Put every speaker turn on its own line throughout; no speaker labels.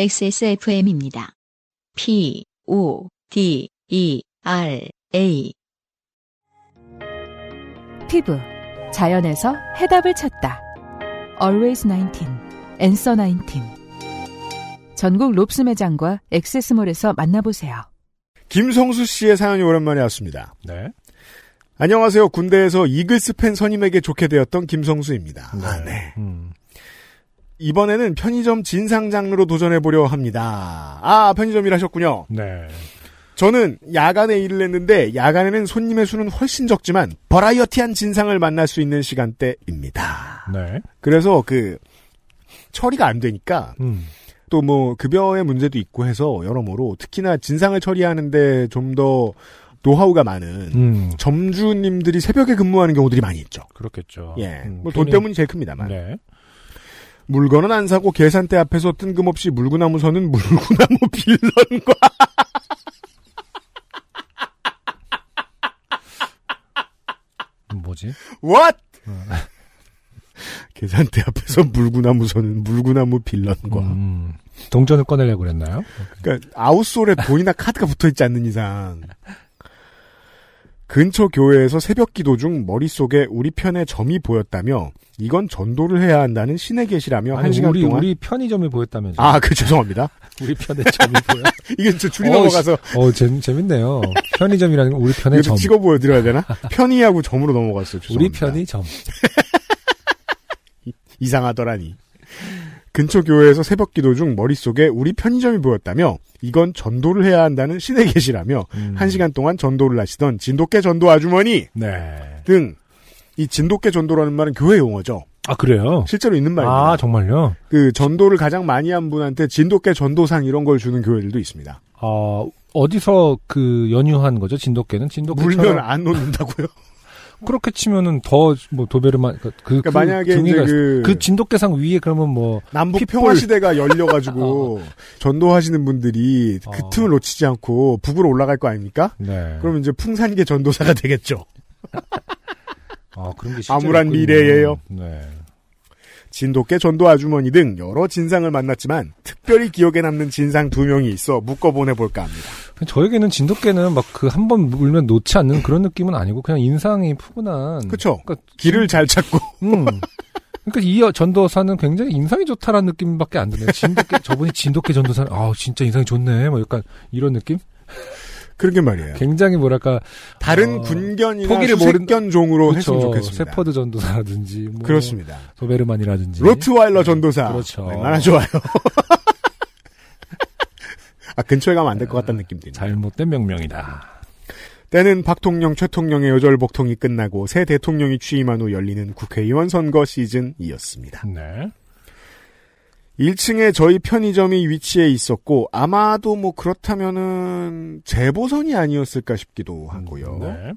XSFM입니다. P, O, D, E, R, A.
피부 자연에서 해답을 찾다. Always 19, Answer 19. 전국 롭스 매장과 액세스몰에서 만나보세요.
김성수 씨의 사연이 오랜만에 왔습니다.
네.
안녕하세요. 군대에서 이글스 팬 선임에게 좋게 되었던 김성수입니다. 아, 네.
음.
이번에는 편의점 진상장르로 도전해보려 합니다. 아, 편의점 일하셨군요.
네.
저는 야간에 일을 했는데, 야간에는 손님의 수는 훨씬 적지만, 버라이어티한 진상을 만날 수 있는 시간대입니다.
네.
그래서 그, 처리가 안 되니까,
음.
또 뭐 급여의 문제도 있고 해서 여러모로 특히나 진상을 처리하는데 좀 더 노하우가 많은
음.
점주님들이 새벽에 근무하는 경우들이 많이 있죠.
그렇겠죠.
예,
음,
뭐 돈
괜히-
때문이 제일 큽니다만
네.
물건은 안 사고 계산대 앞에서 뜬금없이 물구나무 서는 물구나무 빌런과
음, 뭐지?
what
아.
계산대 앞에서 물구나무 서는 물구나무 빌런과
음. 동전을 꺼내려고 그랬나요?
그러니까 아웃솔에 돈이나 카드가 붙어 있지 않는 이상 근처 교회에서 새벽 기도 중 머릿속에 우리 편에 점이 보였다며 이건 전도를 해야 한다는 신의 계시라며 한
아니,
시간
우리,
동안
우리 편의점을 보였다면서.
아 그 죄송합니다
우리 편의 점이 보여.
이게 저 줄이
어,
넘어가서
어, 재, 재밌네요. 편의점이라는 건 우리 편의
이것도
점.
찍어 보여드려야 되나 편의하고 점으로 넘어갔어요 죄송합니다. 음.
우리 편의 점.
이상하더라니. 근처 교회에서 새벽 기도 중 머릿속에 우리 편의점이 보였다며 이건 전도를 해야 한다는 신의 계시라며
음.
한 시간 동안 전도를 하시던 진돗개 전도 아주머니
네.
등 이 진돗개 전도라는 말은 교회 용어죠.
아, 그래요?
실제로 있는 말입니다.
아, 정말요?
그 전도를 가장 많이 한 분한테 진돗개 전도상 이런 걸 주는 교회들도 있습니다.
어, 어디서 그 연유한 거죠? 진돗개는
물면
진돗개처럼
안 놓는다고요? 그렇게
치면은 더 뭐 도베르만 그, 그
그러니까 만약에 이제
등이가 있-
그,
그 진돗개상 위에 그러면 뭐
남북
핏불.
평화 시대가 열려가지고 전도하시는 분들이 그
어.
틈을 놓치지 않고 북으로 올라갈 거 아닙니까?
네.
그럼 이제 풍산계 전도사가 되겠죠.
아, 그런 게
암울한
있군요.
미래예요.
네.
진돗개 전도 아주머니 등 여러 진상을 만났지만 특별히 기억에 남는 진상 두 명이 있어 묶어 보내볼까 합니다.
저에게는 진돗개는 막 그 한 번 물면 놓지 않는 그런 느낌은 아니고 그냥 인상이 푸근한.
그쵸?
그러니까
길을 잘 찾고
음. 그러니까 이 여- 전도사는 굉장히 인상이 좋다라는 느낌밖에 안 드네요. 진돗개 저분이 진돗개 전도사. 아, 진짜 인상이 좋네. 뭐 약간 이런 느낌?
그런 게 말이에요.
굉장히 뭐랄까
다른
어,
군견이나
포기를 모른-
수색견 종으로 했으면
그렇죠.
좋겠습니다.
세퍼드 전도사라든지 뭐
그렇습니다.
도베르만이라든지
로트와일러 전도사.
음. 그렇죠.
얼마나 좋아요. 아, 근처에 가면 안 될 것
음.
같다는 느낌 드네요.
잘못된 명명이다.
때는 박통령, 최통령의 여절복통이 끝나고 새 대통령이 취임한 후 열리는 국회의원 선거 시즌이었습니다.
네.
1층에 저희 편의점이 위치해 있었고 아마도 뭐 그렇다면은 재보선이 아니었을까 싶기도 하고요.
네.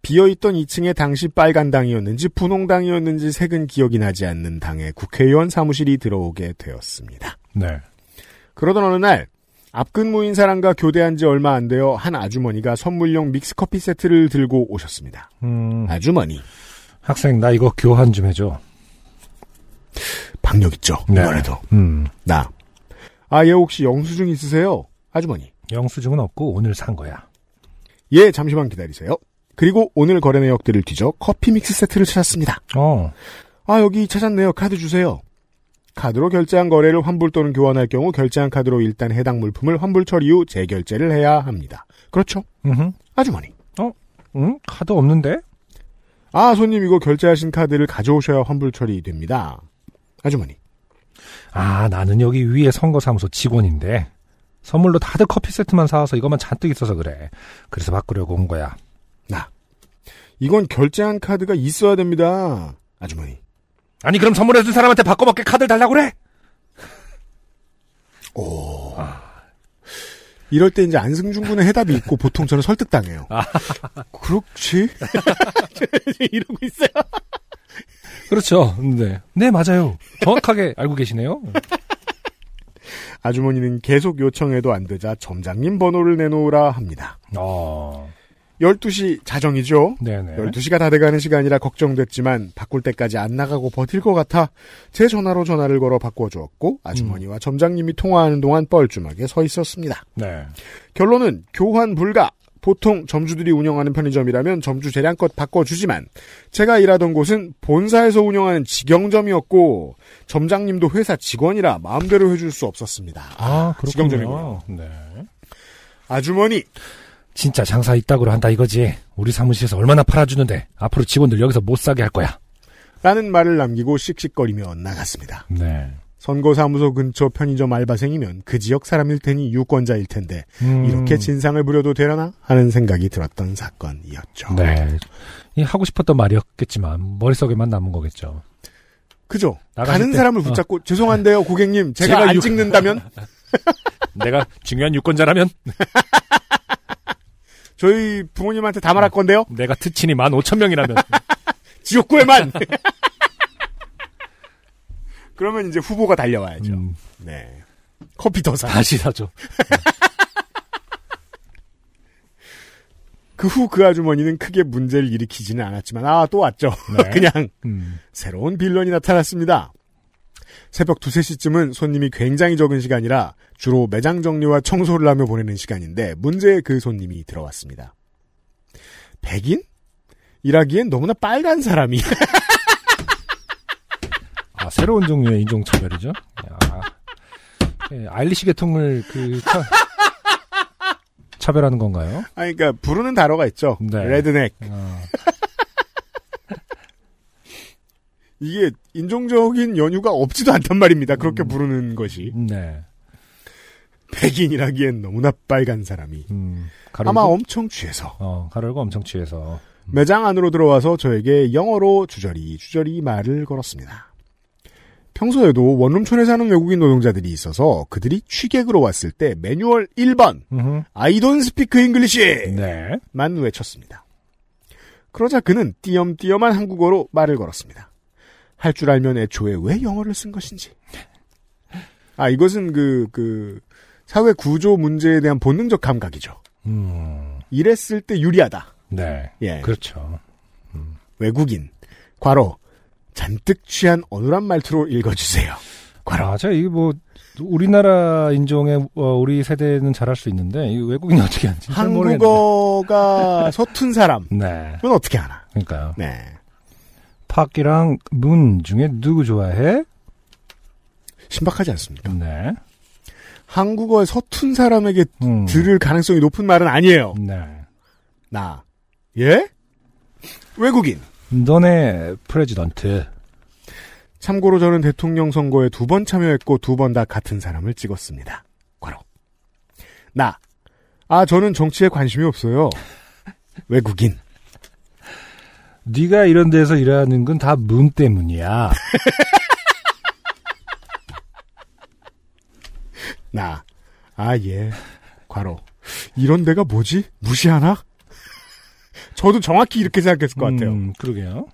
비어있던 2층에 당시 빨간 당이었는지 분홍당이었는지 색은 기억이 나지 않는 당에 국회의원 사무실이 들어오게 되었습니다.
네.
그러던 어느 날 앞근무인 사람과 교대한 지 얼마 안 되어 한 아주머니가 선물용 믹스커피 세트를 들고 오셨습니다.
음,
아주머니
학생 나 이거 교환 좀 해줘.
박력 있죠.
네.
아무래도
음.
나. 아, 얘 혹시 영수증 있으세요? 아주머니.
영수증은 없고 오늘 산 거야.
예, 잠시만 기다리세요. 그리고 오늘 거래 내역들을 뒤져 커피 믹스 세트를 찾았습니다.
어.
아, 여기 찾았네요. 카드 주세요. 카드로 결제한 거래를 환불 또는 교환할 경우 결제한 카드로 일단 해당 물품을 환불 처리 후 재결제를 해야 합니다. 그렇죠.
음.
아주머니.
응? 카드 없는데?
아, 손님 이거 결제하신 카드를 가져오셔야 환불 처리됩니다. 아주머니.
아, 나는 여기 위에 선거사무소 직원인데 선물로 다들 커피 세트만 사와서 이것만 잔뜩 있어서 그래. 그래서 바꾸려고 온 거야.
나. 이건 결제한 카드가 있어야 됩니다. 아주머니.
아니 그럼 선물해준 사람한테 바꿔먹게 카드를 달라고 그래?
이럴 때 이제 안승준 군의 해답이 있고 보통 저는 설득당해요. 그렇지? 아. 이러고 있어요.
그렇죠. 네. 네 맞아요. 정확하게 알고 계시네요.
아주머니는 계속 요청해도 안 되자 점장님 번호를 내놓으라 합니다.
어.
12시 자정이죠.
네네.
12시가 다 돼가는 시간이라 걱정됐지만 바꿀 때까지 안 나가고 버틸 것 같아 제 전화로 전화를 걸어 바꿔 주었고 아주머니와 점장님이 통화하는 동안 뻘쭘하게 서 있었습니다.
네.
결론은 교환 불가. 보통 점주들이 운영하는 편의점이라면 점주 재량껏 바꿔주지만 제가 일하던 곳은 본사에서 운영하는 직영점이었고 점장님도 회사 직원이라 마음대로 해줄 수 없었습니다.
아,
직영점이군요.
그렇군요. 네.
아주머니
진짜 장사 이따구로 한다 이거지. 우리 사무실에서 얼마나 팔아주는데 앞으로 직원들 여기서 못 사게 할 거야.
라는 말을 남기고 씩씩거리며 나갔습니다.
네.
선거사무소 근처 편의점 알바생이면 그 지역 사람일 테니 유권자일 텐데
음,
이렇게 진상을 부려도 되려나 하는 생각이 들었던 사건이었죠.
네. 이 하고 싶었던 말이었겠지만 머릿속에만 남은 거겠죠.
그죠?
나가실
가는
때-
사람을
어.
붙잡고 죄송한데요 고객님 제가
제가
안
유-
찍는다면
내가 중요한 유권자라면
저희 부모님한테 다 말할 건데요.
내가 특친이 15,000명이라면
지옥구에만. 그러면 이제 후보가 달려와야죠.
음,
네. 커피 더 사.
다시 사죠.
그 후 그 아주머니는 크게 문제를 일으키지는 않았지만 아 또 왔죠.
네.
그냥
음,
새로운 빌런이 나타났습니다. 새벽 2, 3시쯤은 손님이 굉장히 적은 시간이라 주로 매장 정리와 청소를 하며 보내는 시간인데 문제의 그 손님이 들어왔습니다. 백인? 일하기엔 너무나 빨간 사람이
아, 새로운 종류의 인종차별이죠. 아, 예, 아일리시 계통을 그 차, 차별하는 건가요?
아, 그러니까 부르는 단어가 있죠.
네.
레드넥.
어,
이게 인종적인 연유가 없지도 않단 말입니다. 그렇게 부르는 것이
네.
백인이라기엔 너무나 빨간 사람이
음, 가르고,
아마 엄청 취해서
어, 가르고 엄청 취해서.
매장 안으로 들어와서 저에게 영어로 주저리 주저리 말을 걸었습니다. 평소에도 원룸촌에 사는 외국인 노동자들이 있어서 그들이 취객으로 왔을 때 매뉴얼 1번
음흠.
I don't speak English만
네.
외쳤습니다. 그러자 그는 띄엄띄엄한 한국어로 말을 걸었습니다. 할 줄 알면 애초에 왜 영어를 쓴 것인지. 아, 이것은 그, 그, 사회 구조 문제에 대한 본능적 감각이죠.
음,
이랬을 때 유리하다.
네.
예.
그렇죠.
외국인. 과로. 잔뜩 취한 어눌한 말투로 읽어주세요. 과로.
아, 제가 이게 뭐, 우리나라 인종의, 어, 우리 세대는 잘할 수 있는데, 이 외국인이 어떻게 하는지. 잘 모르겠는데.
한국어가 서툰 사람은
네.
어떻게 하나.
그러니까요.
네.
팍이랑 문 중에 누구 좋아해?
신박하지 않습니까?
네.
한국어의 서툰 사람에게
음.
들을 가능성이 높은 말은 아니에요.
네.
나. 예? 외국인.
너네 프레지던트.
참고로 저는 대통령 선거에 두 번 참여했고 두 번 다 같은 사람을 찍었습니다. 과로. 나. 아, 저는 정치에 관심이 없어요. 외국인.
네가 이런 데서 일하는 건 다 문 때문이야.
나. 아, 예. 과로. 이런 데가 뭐지? 무시하나? 저도 정확히 이렇게 생각했을 것 같아요.
음, 그러게요.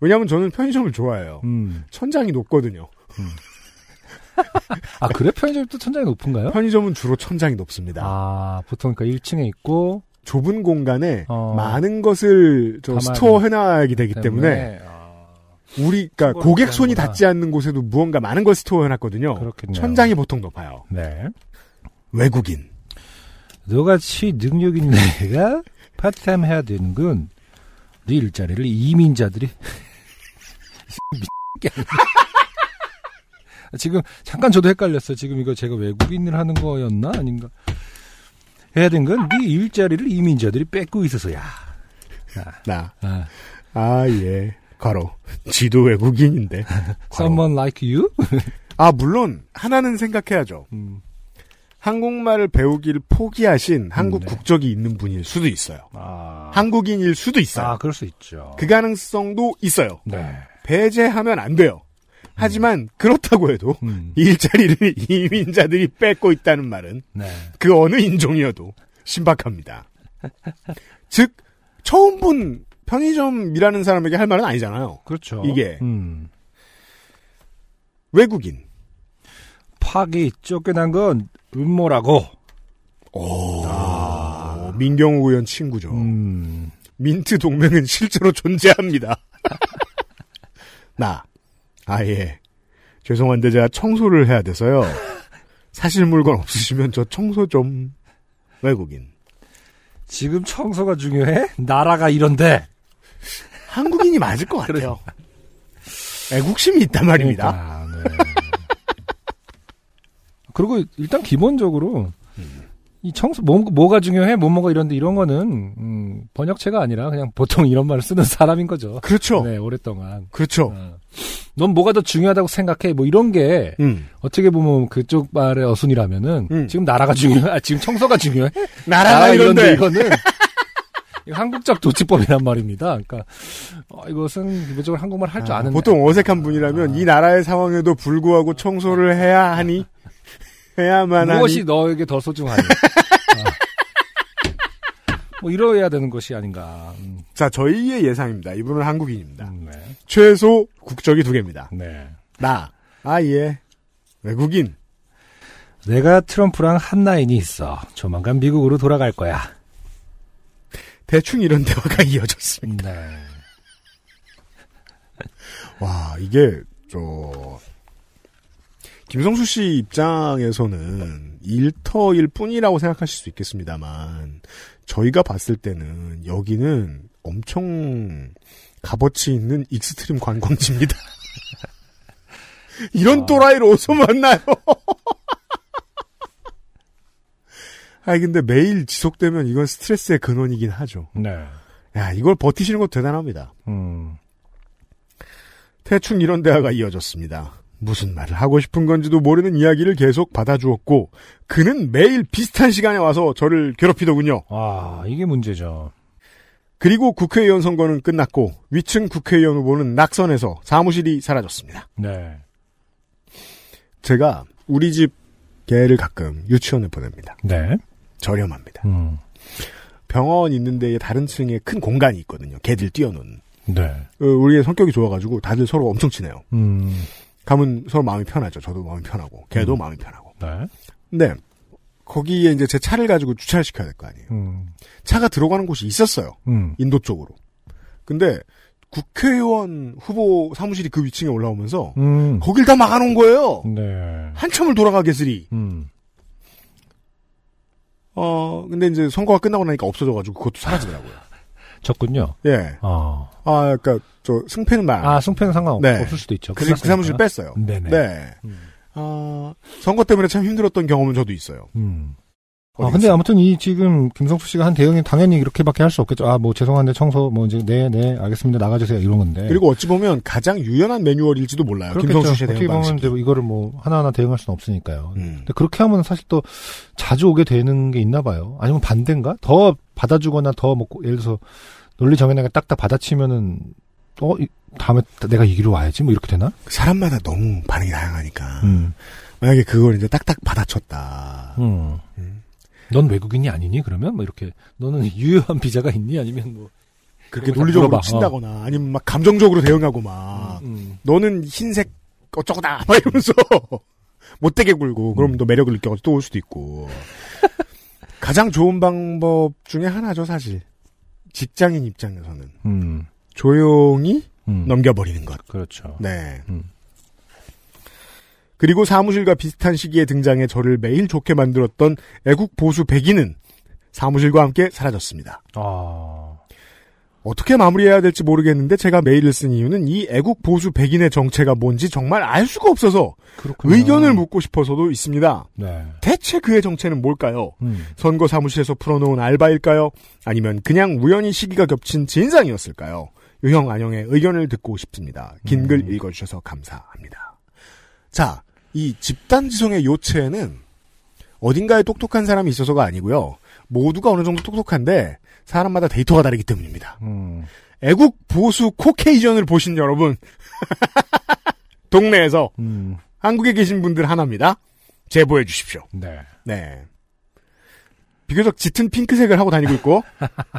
왜냐하면 저는 편의점을 좋아해요.
음.
천장이 높거든요.
아, 그래? 편의점도 천장이 높은가요?
편의점은 주로 천장이 높습니다.
아, 보통 그러니까 1층에 있고
좁은 공간에
어.
많은 것을 저
담아야
스토어 해놔야 되기 때문에,
때문에, 아,
우리 그러니까
수거를
고객 손이
하는구나.
닿지 않는 곳에도 무언가 많은 걸 스토어 해놨거든요.
그렇겠네요.
천장이 보통 높아요.
네.
외국인
너같이 능력 있는 애가 파트타임 해야 되는군. 네 일자리를 이민자들이 미친게 아니야. 지금 잠깐 저도 헷갈렸어요. 지금 이거 제가 외국인을 하는 거였나 아닌가? 해야 되는건 네 일자리를 이민자들이 뺏고 있어서야.
나.
아,
아 예. 가로. 지도 외국인인데. 과로.
someone like you?
아 물론 하나는 생각해야죠.
음,
한국말을 배우기를 포기하신 한국
네.
국적이 있는 분일 수도 있어요.
아,
한국인일 수도 있어요.
아, 그럴 수 있죠.
그 가능성도 있어요.
네.
배제하면 안 돼요. 하지만 그렇다고 해도
음,
일자리를 이민자들이 뺏고 있다는 말은
네.
그 어느 인종이어도 신박합니다. 즉 처음 본 편의점이라는 사람에게 할 말은 아니잖아요.
그렇죠.
이게.
음.
외국인.
팍이 쫓겨난 건 음모라고.
오, 어, 민경욱 의원 친구죠.
음,
민트 동맹은 실제로 존재합니다. 나. 아예. 죄송한데 제가 청소를 해야 돼서요. 사실 물건 없으시면 저 청소 좀. 외국인.
지금 청소가 중요해? 나라가 이런데.
한국인이 맞을 것 같아요. 애국심이 있단 말입니다.
그러니까, 네. 그리고 일단 기본적으로
음.
이 청소 뭐, 뭐가 중요해? 뭐 뭐가 이런데 이런 거는 음, 번역체가 아니라 그냥 보통 이런 말을 쓰는 사람인 거죠.
그렇죠
네, 오랫동안.
그렇죠.
어. 넌 뭐가 더 중요하다고 생각해? 뭐 이런 게
음.
어떻게 보면 그쪽 말의 어순이라면은
음.
지금 나라가 중요해? 아, 지금 청소가 중요해?
나라가 아, 이런데.
이거는 이거 한국적 도치법이란 말입니다. 그러니까 어, 이것은 기본적으로 한국말 할 줄
아,
아, 는
보통 어색한 분이라면
아.
이 나라의 상황에도 불구하고 청소를 해야 하니 해야만 하니
무엇이 너에게 더 소중하니? 아. 뭐 이러야 되는 것이 아닌가. 음,
자 저희의 예상입니다. 이분은 한국인입니다.
음, 네.
최소 국적이 두 개입니다.
네.
나 아예 외국인
내가 트럼프랑 한 라인이 있어. 조만간 미국으로 돌아갈 거야.
대충 이런 대화가 이어졌습니다.
네.
와 이게 저 김성수 씨 입장에서는 일터일 뿐이라고 생각하실 수 있겠습니다만 저희가 봤을 때는 여기는 엄청 값어치 있는 익스트림 관광지입니다. 이런
아.
또라이를 어디서 만나요? 아니 근데 매일 지속되면 이건 스트레스의 근원이긴 하죠.
네.
야 이걸 버티시는 것도 대단합니다.
음.
대충 이런 대화가 이어졌습니다. 무슨 말을 하고 싶은 건지도 모르는 이야기를 계속 받아주었고 그는 매일 비슷한 시간에 와서 저를 괴롭히더군요.
아, 이게 문제죠.
그리고 국회의원 선거는 끝났고 위층 국회의원 후보는 낙선해서 사무실이 사라졌습니다.
네.
제가 우리 집 개를 가끔 유치원에 보냅니다.
네.
저렴합니다.
음.
병원 있는 데에 다른 층에 큰 공간이 있거든요. 개들 뛰어놓은.
네.
어, 우리의 성격이 좋아가지고 다들 서로 엄청 친해요.
음.
가면 서로 마음이 편하죠. 저도 마음이 편하고 개도 마음이 편하고.
네.
네. 거기에 이제 제 차를 가지고 주차를 시켜야 될 거 아니에요.
음.
차가 들어가는 곳이 있었어요.
음.
인도 쪽으로. 근데 국회의원 후보 사무실이 그 위층에 올라오면서
음.
거길 다 막아놓은 거예요.
네.
한참을 돌아가겠으리.
음.
어, 근데 이제 선거가 끝나고 나니까 없어져가지고 그것도 사라지더라고요.
졌군요.
예.
어.
아, 그니까, 저, 승패는 말.
아, 승패는 상관없,
네.
없을 수도 있죠.
그, 그 사무실
끝났으니까.
뺐어요.
네네.
네.
음.
어, 선거 때문에 참 힘들었던 경험은 저도 있어요.
음. 아, 근데 아무튼 이 지금 김성수 씨가 한 대응이 당연히 이렇게밖에 할 수 없겠죠. 아, 뭐 죄송한데 청소 뭐 이제 네, 네, 알겠습니다. 나가주세요. 이런 건데.
그리고 어찌 보면 가장 유연한 매뉴얼일지도 몰라요.
네. 그렇겠죠.
김성수 씨에 대한
어떻게 보면
방식이.
이제 이거를 뭐 하나하나 대응할 수는 없으니까요.
음.
근데 그렇게 하면 사실 또 자주 오게 되는 게 있나 봐요. 아니면 반대인가? 더 받아주거나 더 뭐, 예를 들어서 논리 정연하게 딱딱 받아치면은 어, 이- 다음에 내가 이기로 와야지 뭐 이렇게 되나?
사람마다 너무 반응이 다양하니까.
음.
만약에 그걸 이제 딱딱 받아쳤다.
음.
음.
넌 외국인이 아니니? 그러면 뭐 이렇게 너는 유효한 비자가 있니? 아니면 뭐
그렇게
그걸 다
논리적으로
물어봐.
친다거나 아니면 막 감정적으로 대응하고 막
음,
너는 흰색 어쩌고다 막 이러면서 못되게 굴고
음.
그럼 또 매력을 느껴가지고 또 올 수도 있고 가장 좋은 방법 중에 하나죠 사실 직장인 입장에서는
음,
조용히
음.
넘겨버리는 것.
그렇죠.
네.
음.
그리고 사무실과 비슷한 시기에 등장해 저를 매일 좋게 만들었던 애국 보수 백인은 사무실과 함께 사라졌습니다.
아,
어떻게 마무리해야 될지 모르겠는데 제가 메일을 쓴 이유는 이 애국 보수 백인의 정체가 뭔지 정말 알 수가 없어서
그렇군요.
의견을 묻고 싶어서도 있습니다.
네.
대체 그의 정체는 뭘까요?
음,
선거 사무실에서 풀어놓은 알바일까요? 아니면 그냥 우연히 시기가 겹친 진상이었을까요? 유형 안영의 의견을 듣고 싶습니다. 긴 글
음.
읽어주셔서 감사합니다. 자, 이 집단지성의 요체는 어딘가에 똑똑한 사람이 있어서가 아니고요. 모두가 어느 정도 똑똑한데 사람마다 데이터가 다르기 때문입니다.
음.
애국 보수 코케이전을 보신 여러분 동네에서
음,
한국에 계신 분들 하나입니다. 제보해 주십시오.
네.
네. 비교적 짙은 핑크색을 하고 다니고 있고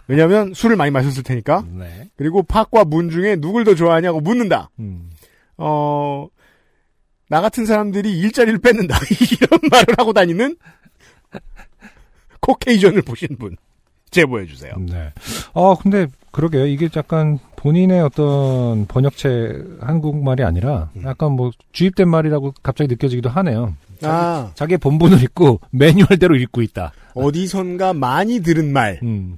왜냐하면 술을 많이 마셨을 테니까
네.
그리고 팥과 문 중에 누굴 더 좋아하냐고 묻는다.
음,
어, 나 같은 사람들이 일자리를 뺏는다. 이런 말을 하고 다니는 코케이전을 보신 분. 제보해 주세요.
네. 아 근데 그러게요. 이게 약간 본인의 어떤 번역체 한국말이 아니라 약간 뭐 주입된 말이라고 갑자기 느껴지기도 하네요.
아
자기의 본분을 읽고 매뉴얼대로 읽고 있다.
어디선가 많이 들은 말을
음.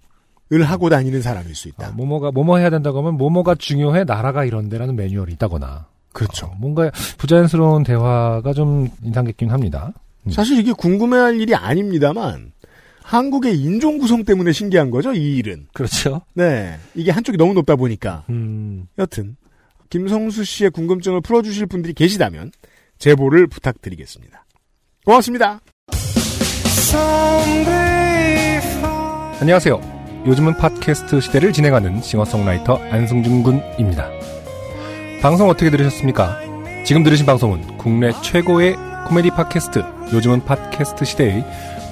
하고 다니는 사람일 수 있다.
아, 뭐뭐가 뭐뭐 해야 된다고 하면 뭐뭐가 중요해 나라가 이런데라는 매뉴얼이 있다거나.
그렇죠.
어, 뭔가 부자연스러운 대화가 좀 인상 깊긴 합니다. 음.
사실 이게 궁금해할 일이 아닙니다만 한국의 인종 구성 때문에 신기한 거죠 이 일은.
그렇죠.
네, 이게 한쪽이 너무 높다 보니까
음.
여튼 김성수 씨의 궁금증을 풀어주실 분들이 계시다면 제보를 부탁드리겠습니다. 고맙습니다.
안녕하세요. 요즘은 팟캐스트 시대를 진행하는 싱어송라이터 안승준 군입니다. 방송 어떻게 들으셨습니까? 지금 들으신 방송은 국내 최고의 코미디 팟캐스트 요즘은 팟캐스트 시대의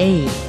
A